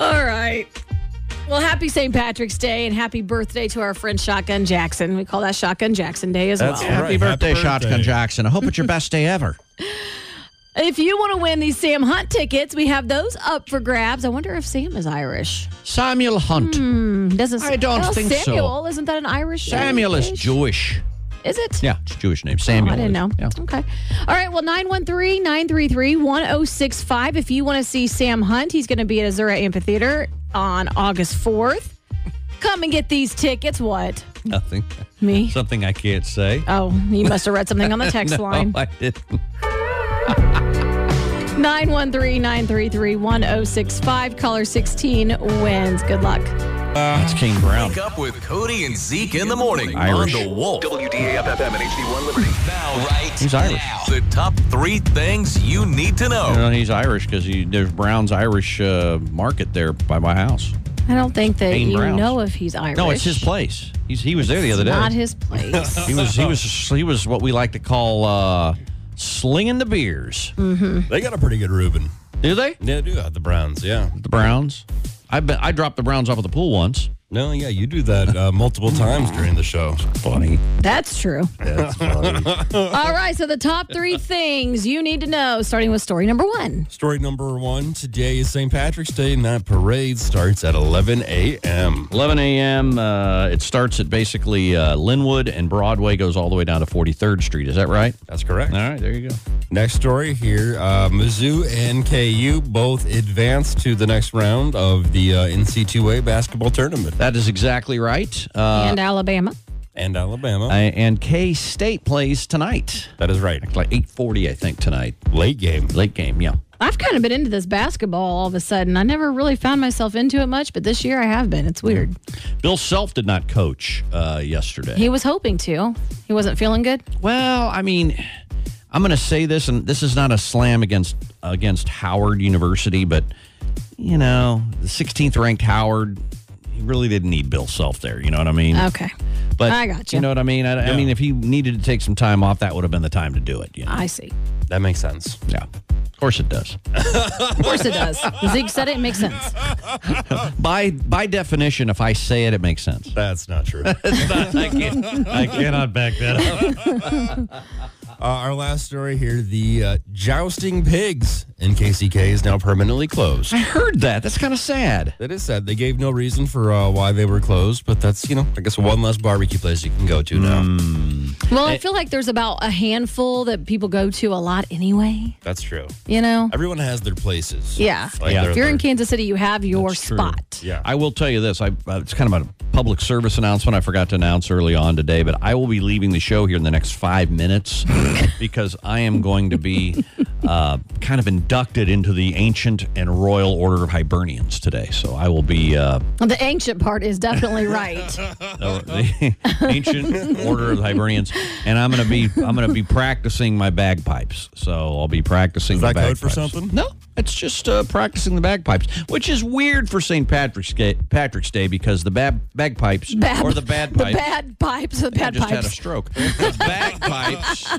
Speaker 2: All right. Well, happy St. Patrick's Day and happy birthday to our friend Shotgun Jackson. We call that Shotgun Jackson Day as
Speaker 4: That's
Speaker 2: well.
Speaker 4: right.
Speaker 3: Happy,
Speaker 4: Happy
Speaker 3: birthday,
Speaker 4: birthday.
Speaker 3: Shotgun Jackson. I hope it's your best day ever.
Speaker 2: If you want to win these Sam Hunt tickets, we have those up for grabs. I wonder if Sam is Irish.
Speaker 3: Samuel Hunt.
Speaker 2: Hmm, Doesn't
Speaker 3: I don't
Speaker 2: well,
Speaker 3: think so.
Speaker 2: Samuel, isn't that an Irish?
Speaker 3: Samuel is
Speaker 2: dish?
Speaker 3: Jewish.
Speaker 2: Is it?
Speaker 3: Yeah, it's a Jewish name. Samuel.
Speaker 2: I didn't
Speaker 3: is.
Speaker 2: know.
Speaker 3: Yeah.
Speaker 2: Okay. All right. Well, 913 933 1065. If you want to see Sam Hunt, he's going to be at Azura Amphitheater on August 4th. Come and get these tickets. What?
Speaker 3: Nothing.
Speaker 2: Me?
Speaker 3: Something I can't say. Oh,
Speaker 2: Oh, you must have read something on the text line.
Speaker 3: I didn't.
Speaker 2: 913 933 1065. Caller 16 wins. Good luck.
Speaker 3: That's King Brown.
Speaker 1: Wake up with Cody and Zeke in the morning
Speaker 3: Irish.
Speaker 1: on the Wolf.
Speaker 5: WDAF FM and HD1 Liberty.
Speaker 1: Now, right
Speaker 3: He's Irish.
Speaker 1: now, the top three things you need to know.
Speaker 3: No, he's Irish because there's Brown's Irish uh, market there by my house.
Speaker 2: I don't think that
Speaker 3: Dane
Speaker 2: you
Speaker 3: Brown.
Speaker 2: know if he's Irish.
Speaker 3: No, it's his place. He's he was there the other day.
Speaker 2: Not his place.
Speaker 3: he was he was he was what we like to call uh, slinging the beers.
Speaker 2: Mm.
Speaker 4: they got a pretty good Reuben.
Speaker 3: Do they?
Speaker 4: Yeah, they do. Uh, the Browns, yeah.
Speaker 3: The Browns. I bet I dropped the Browns off at the pool once.
Speaker 4: No, yeah, you do that uh, multiple times during the show.
Speaker 3: Funny.
Speaker 2: That's true.
Speaker 4: That's funny.
Speaker 2: All right, so the top three things you need to know, starting with story number one.
Speaker 4: Story number one today is St. Patrick's Day, and that parade starts at 11 a.m.
Speaker 3: 11 a.m. Uh, it starts at basically uh, Linwood and Broadway goes all the way down to 43rd Street. Is that right?
Speaker 4: That's correct.
Speaker 3: All right, there you go.
Speaker 4: Next story here uh, Mizzou and KU both advanced to the next round of the uh, NC2A basketball tournament.
Speaker 3: That is exactly right. Uh,
Speaker 2: and Alabama.
Speaker 4: And Alabama.
Speaker 3: and K State plays tonight,
Speaker 4: that is right.
Speaker 3: like 8:40, I think tonight.
Speaker 4: Late game.
Speaker 3: Late game, yeah.
Speaker 2: I've kind of been into this basketball all of a sudden. I never really found myself into it much, but this year I have been. It's weird.
Speaker 3: Bill Self did not coach uh, yesterday.
Speaker 2: He was hoping to. He wasn't feeling good.
Speaker 3: Well, I mean, I'm going to say this, and this is not a slam against against Howard University, but you know, the 16th ranked Howard, he really didn't need Bill Self there. You know what I mean?
Speaker 2: Okay.
Speaker 3: But
Speaker 2: I gotcha.
Speaker 3: You know what I mean? I, I mean, if he needed to take some time off, that would have been the time to do it. You know?
Speaker 2: I see.
Speaker 4: That makes sense.
Speaker 3: yeah. Of course it does.
Speaker 2: Of course it does. Zeke said it, it makes sense.
Speaker 3: by by definition, if I say it, it makes sense.
Speaker 4: That's not true.
Speaker 3: I, can't, I cannot back that up.
Speaker 4: Uh, our last story here the uh, jousting pigs in KCK is now permanently closed.
Speaker 3: I heard that. That's kind of sad.
Speaker 4: That is sad. They gave no reason for uh, why they were closed, but that's, you know, I guess one less barbecue place you can go to now.
Speaker 2: Well, I feel like there's about a handful that people go to a lot anyway,
Speaker 4: That's true.
Speaker 2: you know?
Speaker 4: Everyone has their places.
Speaker 2: Yeah.
Speaker 4: Like
Speaker 3: Yeah.
Speaker 4: their-
Speaker 2: If you're in
Speaker 4: their-
Speaker 2: Kansas City, you have your
Speaker 3: That's true.
Speaker 2: spot.
Speaker 4: Yeah.
Speaker 3: I will tell you this. I, uh, it's kind of a public service announcement I forgot to announce early on today, but I will be leaving the show here in the next five minutes because I am going to be uh, kind of inducted into the ancient and royal order of Hibernians today. So I will be uh,
Speaker 2: The ancient part is definitely right.
Speaker 3: uh, the ancient order of the Hibernians, and I'm going to be I'm going to be practicing my bagpipes. So I'll be practicing.
Speaker 4: Is
Speaker 3: the
Speaker 4: that code for
Speaker 3: bagpipes.
Speaker 4: something?
Speaker 3: No, it's just uh, practicing the bagpipes, which is weird for St. Patrick's Day, Patrick's Day because the bab, bagpipes
Speaker 2: Bad-
Speaker 3: or the bad pipes.
Speaker 2: The bad pipes. The
Speaker 3: I
Speaker 2: bad
Speaker 3: just had a
Speaker 2: pipes.
Speaker 3: stroke. the bagpipes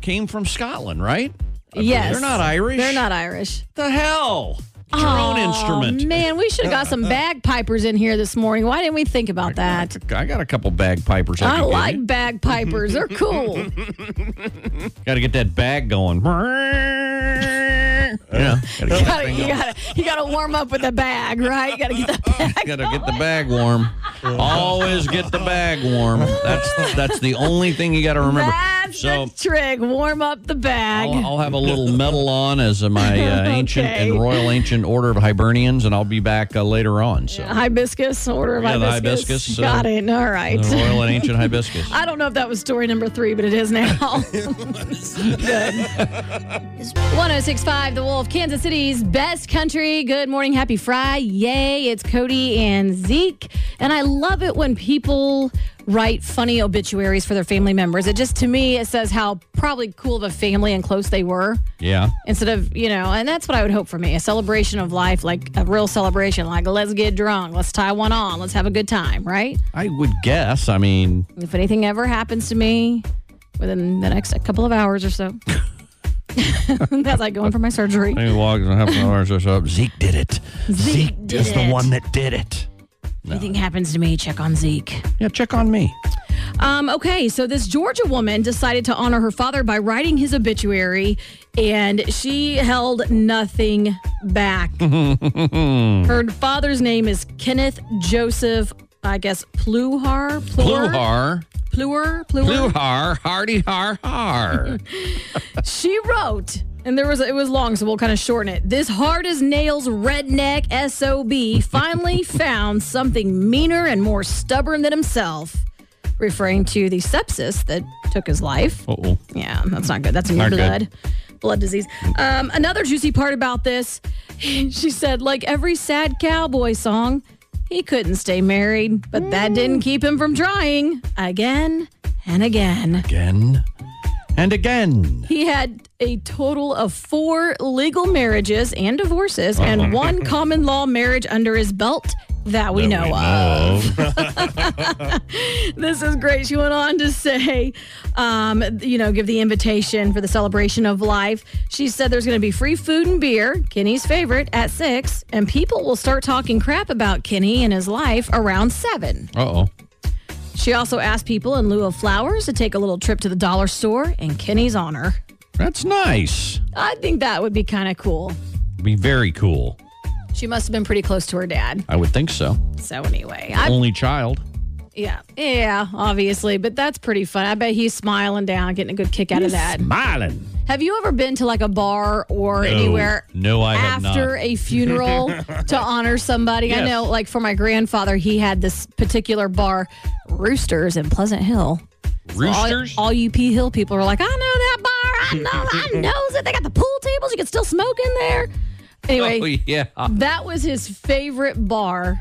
Speaker 3: came from Scotland, right?
Speaker 2: yes.
Speaker 3: They're not Irish.
Speaker 2: They're not Irish. Oh,
Speaker 3: The hell. It's your own instrument.
Speaker 2: Man, we should have got some bagpipers in here this morning. Why didn't we think about that?
Speaker 3: I got a couple bagpipers.
Speaker 2: I
Speaker 3: could give you.
Speaker 2: like bagpipers. They're cool.
Speaker 3: Got to get that bag going. yeah, gotta get,
Speaker 2: You gotta, you gotta you gotta warm up with the bag, right? You gotta get the bag.
Speaker 3: gotta get the bag warm. Always get the bag warm. That's that's the only thing you got to remember.
Speaker 2: That's
Speaker 3: so
Speaker 2: the trick. Warm up the bag.
Speaker 3: I'll, I'll have a little medal on as my uh, ancient
Speaker 2: Okay.
Speaker 3: and royal ancient order of Hibernians, and I'll be back uh, later on. So
Speaker 2: hibiscus, order of
Speaker 3: Yeah, the
Speaker 2: hibiscus.
Speaker 3: hibiscus, uh,
Speaker 2: Got it. All right.
Speaker 3: the royal and ancient hibiscus.
Speaker 2: I don't know if that was story number three, but it is now. Good. 1065 The Wolf, Kansas City's best country. Good morning. Happy Friday. Yay. It's Cody and Zeke. And I love it when people write funny obituaries for their family members. It just, to me, it says how probably cool of a family and close they were
Speaker 3: Yeah.
Speaker 2: instead of you know and that's what i would hope for me a celebration of life like a real celebration like let's get drunk let's tie one on let's have a good time right
Speaker 3: I would guess. I mean,
Speaker 2: if anything ever happens to me within the next couple of hours or so that's like going for my surgery
Speaker 3: maybe walk and half an hour or so. Zeke did it.
Speaker 2: Zeke did
Speaker 3: is the
Speaker 2: it.
Speaker 3: one that did it.
Speaker 2: if anything happens to me check on zeke
Speaker 3: Yeah, check on me.
Speaker 2: Um, okay, so this Georgia woman decided to honor her father by writing his obituary, and she held nothing back. her father's name is Kenneth Joseph, I guess, Pluhar?
Speaker 3: Pluhar.
Speaker 2: Pluhar? Pluhar?
Speaker 3: Pluhar, hardy har har.
Speaker 2: She wrote, and there was it was long, so we'll kind of shorten it. This hard as nails redneck SOB finally found something meaner and more stubborn than himself, referring to the sepsis that took his life.
Speaker 3: Uh-oh.
Speaker 2: Yeah, that's not good. That's in your
Speaker 3: Oh. Not good.
Speaker 2: blood. Blood disease. Um, another juicy part about this, she said, like every sad cowboy song, he couldn't stay married, but that didn't keep him from trying again and again.
Speaker 3: Again and again.
Speaker 2: He had a total of four legal marriages and divorces and one common law marriage under his belt that we know of. This is great. She went on to say, um, you know, give the invitation for the celebration of life. She said there's going to be free food and beer, Kenny's favorite, at six, and people will start talking crap about Kenny and his life around seven.
Speaker 3: Uh oh.
Speaker 2: She also asked people in lieu of flowers to take a little trip to the dollar store in Kenny's honor.
Speaker 3: That's nice.
Speaker 2: I think that would be kind of cool.
Speaker 3: Be very cool.
Speaker 2: She must have been pretty close to her dad.
Speaker 3: I would think so.
Speaker 2: So anyway, I
Speaker 3: Only child.
Speaker 2: yeah, yeah, obviously, but that's pretty fun. I bet he's smiling down, getting a good kick out of that.
Speaker 6: Smiling.
Speaker 2: Have you ever been to like a bar or anywhere?
Speaker 3: No, I have not.
Speaker 2: after a funeral to honor somebody. I
Speaker 6: Yes.
Speaker 2: know, like for my grandfather, he had this particular bar, Roosters in Pleasant Hill. So all-
Speaker 3: Roosters?
Speaker 2: all, you P Hill people are like, I know that bar. I know, I knows it. They got the pool tables. You can still smoke in there. Anyway,
Speaker 3: Oh, yeah.
Speaker 2: that was his favorite bar,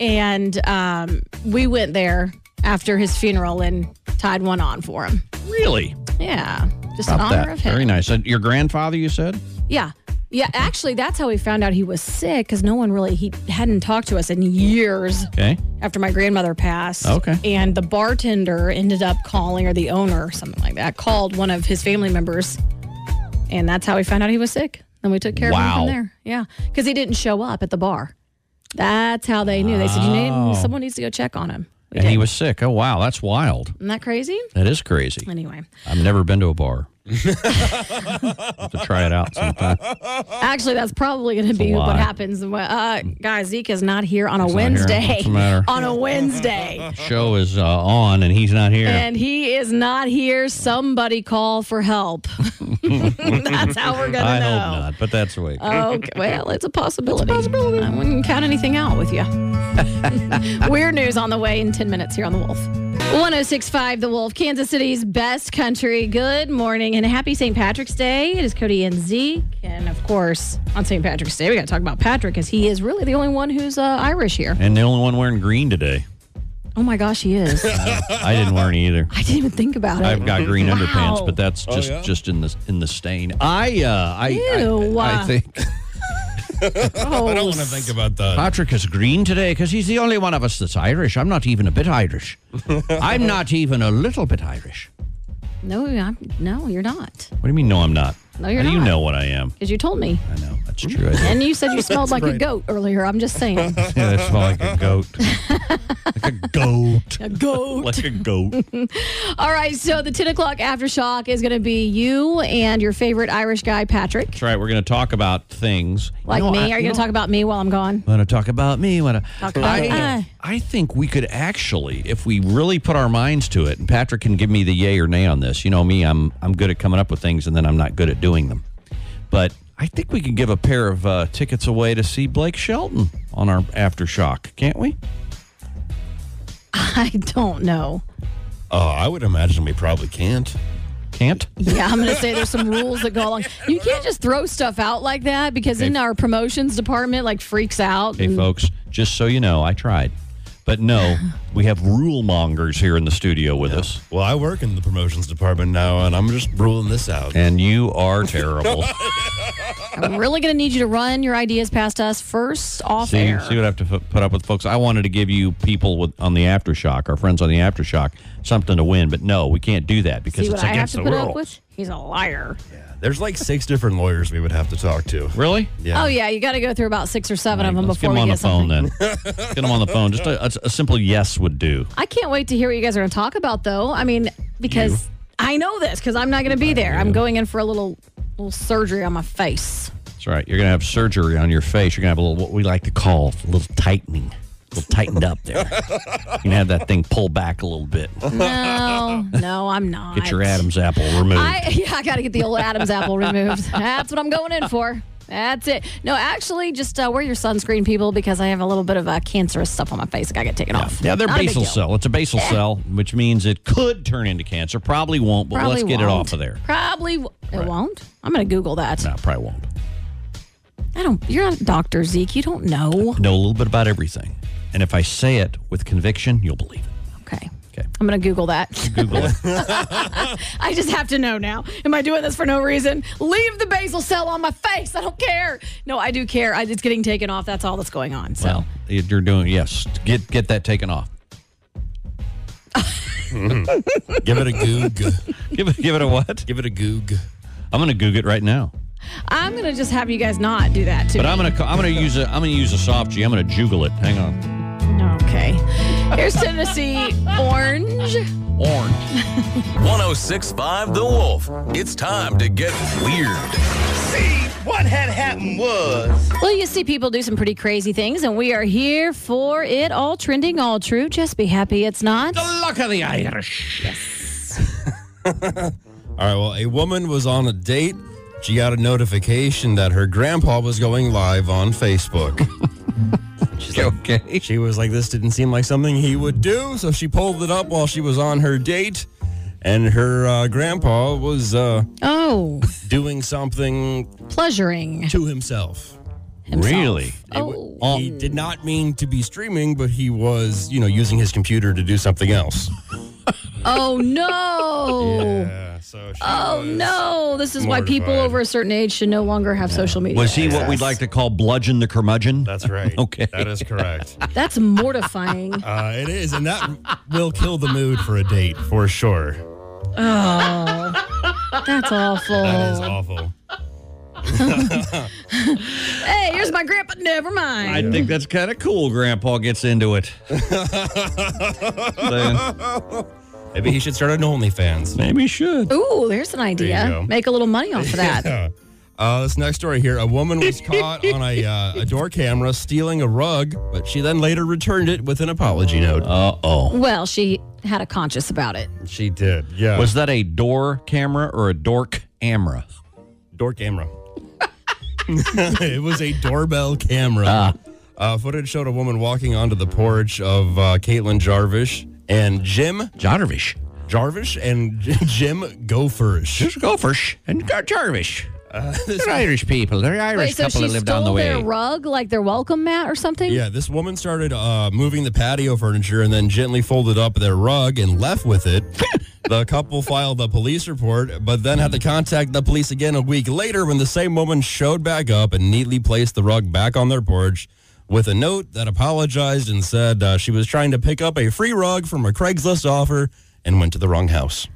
Speaker 2: and um, we went there after his funeral and tied one on for him.
Speaker 3: Really?
Speaker 2: Yeah, just in
Speaker 3: About
Speaker 2: honor
Speaker 3: that.
Speaker 2: of him.
Speaker 3: Very nice. Uh, Your grandfather, you said?
Speaker 2: Yeah. Yeah, actually, that's how we found out he was sick because no one really, he hadn't talked to us in years
Speaker 3: Okay.
Speaker 2: after my grandmother passed.
Speaker 3: Okay.
Speaker 2: And the bartender ended up calling, or the owner, or something like that, called one of his family members. And that's how we found out he was sick. And we took care
Speaker 3: Wow.
Speaker 2: of him from there. Yeah. Because he didn't show up at the bar. That's how they knew. They said, you need, someone needs to go check on him. We
Speaker 3: Oh. And
Speaker 2: did.
Speaker 3: he was sick. Oh, wow. That's wild.
Speaker 2: Isn't that crazy?
Speaker 3: That is crazy.
Speaker 2: Anyway.
Speaker 3: I've never been to a bar. have to try it out sometime.
Speaker 2: Actually, that's probably going to be
Speaker 3: lie.
Speaker 2: what happens. when- Uh, guys, Zeke is not here on a
Speaker 3: not here.
Speaker 2: Wednesday.
Speaker 3: What's the matter?
Speaker 2: on a Wednesday.
Speaker 3: Show is uh, on and he's not here.
Speaker 2: And he is not here. Somebody call for help. that's how we're going
Speaker 3: I
Speaker 2: to know.
Speaker 3: hope not, but that's the way. it goes.
Speaker 2: Okay, well, it's a possibility. I wouldn't count anything out with you. Weird news on the way in 10 minutes here on The Wolf. 1065 The Wolf, Kansas City's best country. Good morning and happy St. Patrick's Day. It is Cody and Zeke. And of course, on St. Patrick's Day, we got to talk about Patrick because he is really the only one who's uh, Irish here.
Speaker 3: and the only one wearing green today.
Speaker 2: Oh my gosh, he is. I
Speaker 3: I didn't wear any either.
Speaker 2: didn't even think about it.
Speaker 3: I've got green
Speaker 2: Wow.
Speaker 3: underpants, but that's just
Speaker 4: yeah?
Speaker 3: just in the in the stain. I uh, I,
Speaker 2: Ew. uh.
Speaker 3: I I think
Speaker 2: oh,
Speaker 4: I don't want to think about that.
Speaker 3: Patrick is green today because he's the only one of us that's Irish. I'm not even a bit Irish. I'm not even a little bit Irish.
Speaker 2: No, I'm, no, you're not.
Speaker 3: What do you mean? No, I'm not.
Speaker 2: No, you're
Speaker 3: How do You
Speaker 2: not.
Speaker 3: know what I am. Hmm?
Speaker 2: Because you told me.
Speaker 3: I know that's true. I do.
Speaker 2: And you said you smelled like a goat earlier. I'm just saying.
Speaker 3: Yeah, they smell like a goat. like a goat.
Speaker 2: A goat.
Speaker 3: Like a goat.
Speaker 2: All right, so the 10 o'clock aftershock is going to be you and your favorite Irish guy, Patrick.
Speaker 3: That's right. We're going to talk about things.
Speaker 2: Like me. Are you going to talk about me while I'm gone?
Speaker 3: Want to talk about me? Want to?
Speaker 2: about
Speaker 3: I,
Speaker 2: I.
Speaker 3: I think we could actually, if we really put our minds to it, and Patrick can give me the yay or nay on this. You know me, I'm I'm good at coming up with things, and then I'm not good at doing them. But I think we could give a pair of uh, tickets away to see Blake Shelton on our aftershock, can't we?
Speaker 2: I don't know.
Speaker 4: Oh, I would imagine we probably can't.
Speaker 3: Can't.
Speaker 2: Yeah, I'm going to say there's some rules that go along. You can't just throw stuff out like that because then our promotions department like freaks out.
Speaker 3: Hey, folks, just so you know, I tried. But no, we have rule mongers here in the studio with us.
Speaker 4: Well, I work in the promotions department now, and I'm just ruling this out.
Speaker 3: And you are terrible.
Speaker 2: I'm really going to need you to run your ideas past us first off
Speaker 3: see,
Speaker 2: air.
Speaker 3: see what I have to f- put up with, folks. I wanted to give you people with, on the aftershock, our friends on the aftershock, something to win, but no, we can't do that because
Speaker 2: See what
Speaker 3: it's
Speaker 2: I have
Speaker 3: against
Speaker 2: to
Speaker 3: the
Speaker 2: put
Speaker 3: rules.
Speaker 2: up with? He's a liar.
Speaker 4: There's like six different lawyers we would have to talk to.
Speaker 3: Really?
Speaker 4: Yeah.
Speaker 2: Oh, yeah, you got to go through about six or seven of them
Speaker 3: Let's get
Speaker 2: before
Speaker 3: them
Speaker 2: we
Speaker 3: on
Speaker 2: get
Speaker 3: the phone
Speaker 2: something.
Speaker 3: then. Let's get them on the phone. Just a, a- a simple yes would do.
Speaker 2: I can't wait to hear what you guys are going to talk about, though. I mean, because I know this because I'm not going to be there. I'm going in for a little little surgery on my face.
Speaker 3: That's right. You're gonna have surgery on your face. You're gonna have a little what we like to call a little tightening, a little tightened up there. You're gonna have that thing pull back a little bit.
Speaker 2: No, Oh, no, I'm not.
Speaker 3: Get your Adam's apple removed.
Speaker 2: I yeah, I got to get the old Adam's apple removed. That's what I'm going in for. That's it. No, actually, just uh, wear your sunscreen, people, because I have a little bit of uh, cancerous stuff on my face. I got to take it off.
Speaker 3: Yeah, they're
Speaker 2: Not a big
Speaker 3: basal
Speaker 2: deal.
Speaker 3: cell. It's a basal cell, which means it could turn into cancer. Probably won't, but
Speaker 2: Probably
Speaker 3: let's get it
Speaker 2: won't.
Speaker 3: off of there.
Speaker 2: Probably w- it won't. I'm going to Google that.
Speaker 3: No, probably won't.
Speaker 2: I don't. You're not a doctor, Zeke. You don't know.
Speaker 3: Know a little bit about everything. And if I say it with conviction, you'll believe it.
Speaker 2: Okay.
Speaker 3: Okay.
Speaker 2: I'm going to Google that.
Speaker 3: Google it.
Speaker 2: I just have to know now. Am I doing this for no reason? Leave the basil cell on my face. I don't care. No, I do care. I, it's getting taken off. That's all that's going on. So
Speaker 3: Well, you're doing yes. Get get that taken off.
Speaker 4: Give it a goog.
Speaker 3: Give it give it a what?
Speaker 4: Give it a goog.
Speaker 3: I'm gonna Google it right now.
Speaker 2: I'm going to just have you guys not do that too.
Speaker 3: But I'm gonna co- I'm gonna use a I'm gonna use a soft G. I'm gonna juggle it. Hang on.
Speaker 2: Okay. Here's Tennessee Orange.
Speaker 3: Orange.
Speaker 1: 1065 The Wolf. It's time to get weird.
Speaker 8: See, what had happened was
Speaker 2: Well, you see people do some pretty crazy things, and we are here for it. All trending, all true. Just be happy it's not.
Speaker 3: Luck of the Irish.
Speaker 4: All right. Well, a woman was on a date. She got a notification that her grandpa was going live on Facebook. She's like,
Speaker 3: Okay.
Speaker 4: She was like, this didn't seem like something he would do. So she pulled it up while she was on her date. And her uh, grandpa was uh,
Speaker 2: Oh,
Speaker 4: doing something
Speaker 2: pleasuring.
Speaker 4: to himself.
Speaker 2: himself.
Speaker 3: Really?
Speaker 2: Oh.
Speaker 4: He did not mean to be streaming, but he was, you know, using his computer to do something else.
Speaker 2: Oh no.
Speaker 4: Yeah. So she
Speaker 2: Oh no. This is why people
Speaker 4: Mortified.
Speaker 2: over a certain age should no longer have social media.
Speaker 3: Was he what we'd
Speaker 2: access.
Speaker 3: like to call bludgeon the curmudgeon?
Speaker 4: That's right.
Speaker 3: Okay.
Speaker 4: That is correct.
Speaker 2: That's mortifying.
Speaker 4: Uh, it is, and that will kill the mood for a date for sure.
Speaker 3: Oh.
Speaker 2: That's awful.
Speaker 4: That is awful.
Speaker 2: Hey, here's my grandpa. Never mind.
Speaker 3: I think that's kind of cool. Grandpa gets into it. So,
Speaker 4: Maybe he should start an OnlyFans.
Speaker 3: maybe he should.
Speaker 2: Ooh, there's an
Speaker 4: go.
Speaker 2: idea. Make a little money off of that.
Speaker 4: Uh, this next story here: a woman was caught on a, uh, a door camera stealing a rug, but she then later returned it with an apology note.
Speaker 3: Uh oh.
Speaker 2: Well, she had a conscience about it.
Speaker 4: she did, yeah.
Speaker 3: Was that a door camera or a dork camera?
Speaker 4: door camera. it was a doorbell camera. Uh, footage showed a woman walking onto the porch of uh, Caitlin Jarvis and Jim
Speaker 3: Jarvish.
Speaker 4: Jarvis and Jim Gopherish.
Speaker 3: Just gophers and gar- Jarvish. they're Irish people. They're Irish
Speaker 2: Wait, so
Speaker 3: couple
Speaker 2: she stole
Speaker 3: that live down the way.
Speaker 2: their rug, like their welcome mat or something?
Speaker 4: Yeah, this woman started uh, moving the patio furniture and then gently folded up their rug and left with it. the couple filed a police report, but then had to contact the police again a week later when the same woman showed back up and neatly placed the rug back on their porch with a note that apologized and said uh, she was trying to pick up a free rug from a Craigslist offer and went to the wrong house.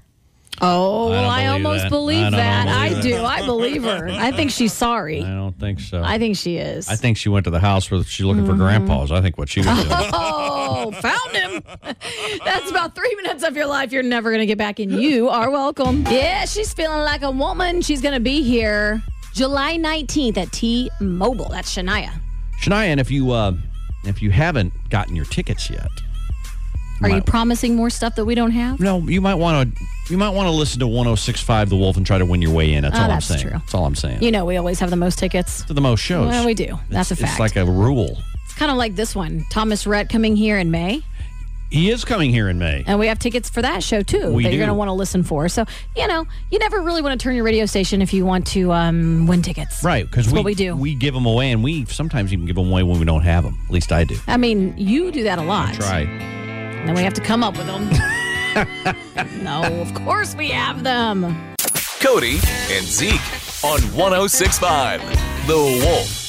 Speaker 2: Oh,
Speaker 3: I don't
Speaker 2: I, almost
Speaker 3: believe that. I
Speaker 2: believe
Speaker 3: don't
Speaker 2: that. I,
Speaker 3: believe
Speaker 2: do. I believe her. I think she's sorry.
Speaker 3: I don't think so.
Speaker 2: I Mm-hmm. think she is.
Speaker 3: I think she went to the house where she's looking for grandpa's. I think what she was doing.
Speaker 2: oh, found him. That's about three minutes of your life you're never going to get back, and you are welcome. Yeah, she's feeling like a woman. She's going to be here July 19th at T Mobile. That's Shania.
Speaker 3: Shania, and if you uh, if you haven't gotten your tickets yet,
Speaker 2: Are you
Speaker 3: Might-
Speaker 2: promising more stuff that we don't have?
Speaker 3: no, you might want to you might want to listen to 106.5 The Wolf and try to win your way in. That's
Speaker 2: Oh,
Speaker 3: all
Speaker 2: that's
Speaker 3: I'm saying.
Speaker 2: true.
Speaker 3: That's all I'm saying.
Speaker 2: You know, we always have the most tickets.
Speaker 3: to the most shows.
Speaker 2: Well, we do. That's
Speaker 3: It's-
Speaker 2: a fact.
Speaker 3: It's like a rule.
Speaker 2: It's kind of like this one Thomas Rhett coming here in May.
Speaker 3: He is coming here in May.
Speaker 2: And we have tickets for that show too
Speaker 3: We
Speaker 2: that you're
Speaker 3: do.
Speaker 2: going to want to listen for. So, you know, you never really want to turn your radio station if you want to um, win tickets.
Speaker 3: Right, because
Speaker 2: That's
Speaker 3: we
Speaker 2: what we do.
Speaker 3: we give them away, and we sometimes even give them away when we don't have them. At least I do.
Speaker 2: I mean, you do that a lot.
Speaker 3: Try.
Speaker 2: And then we have to come up with them. no, of course we have them.
Speaker 1: oh Cody and Zeke on 1065 The Wolf.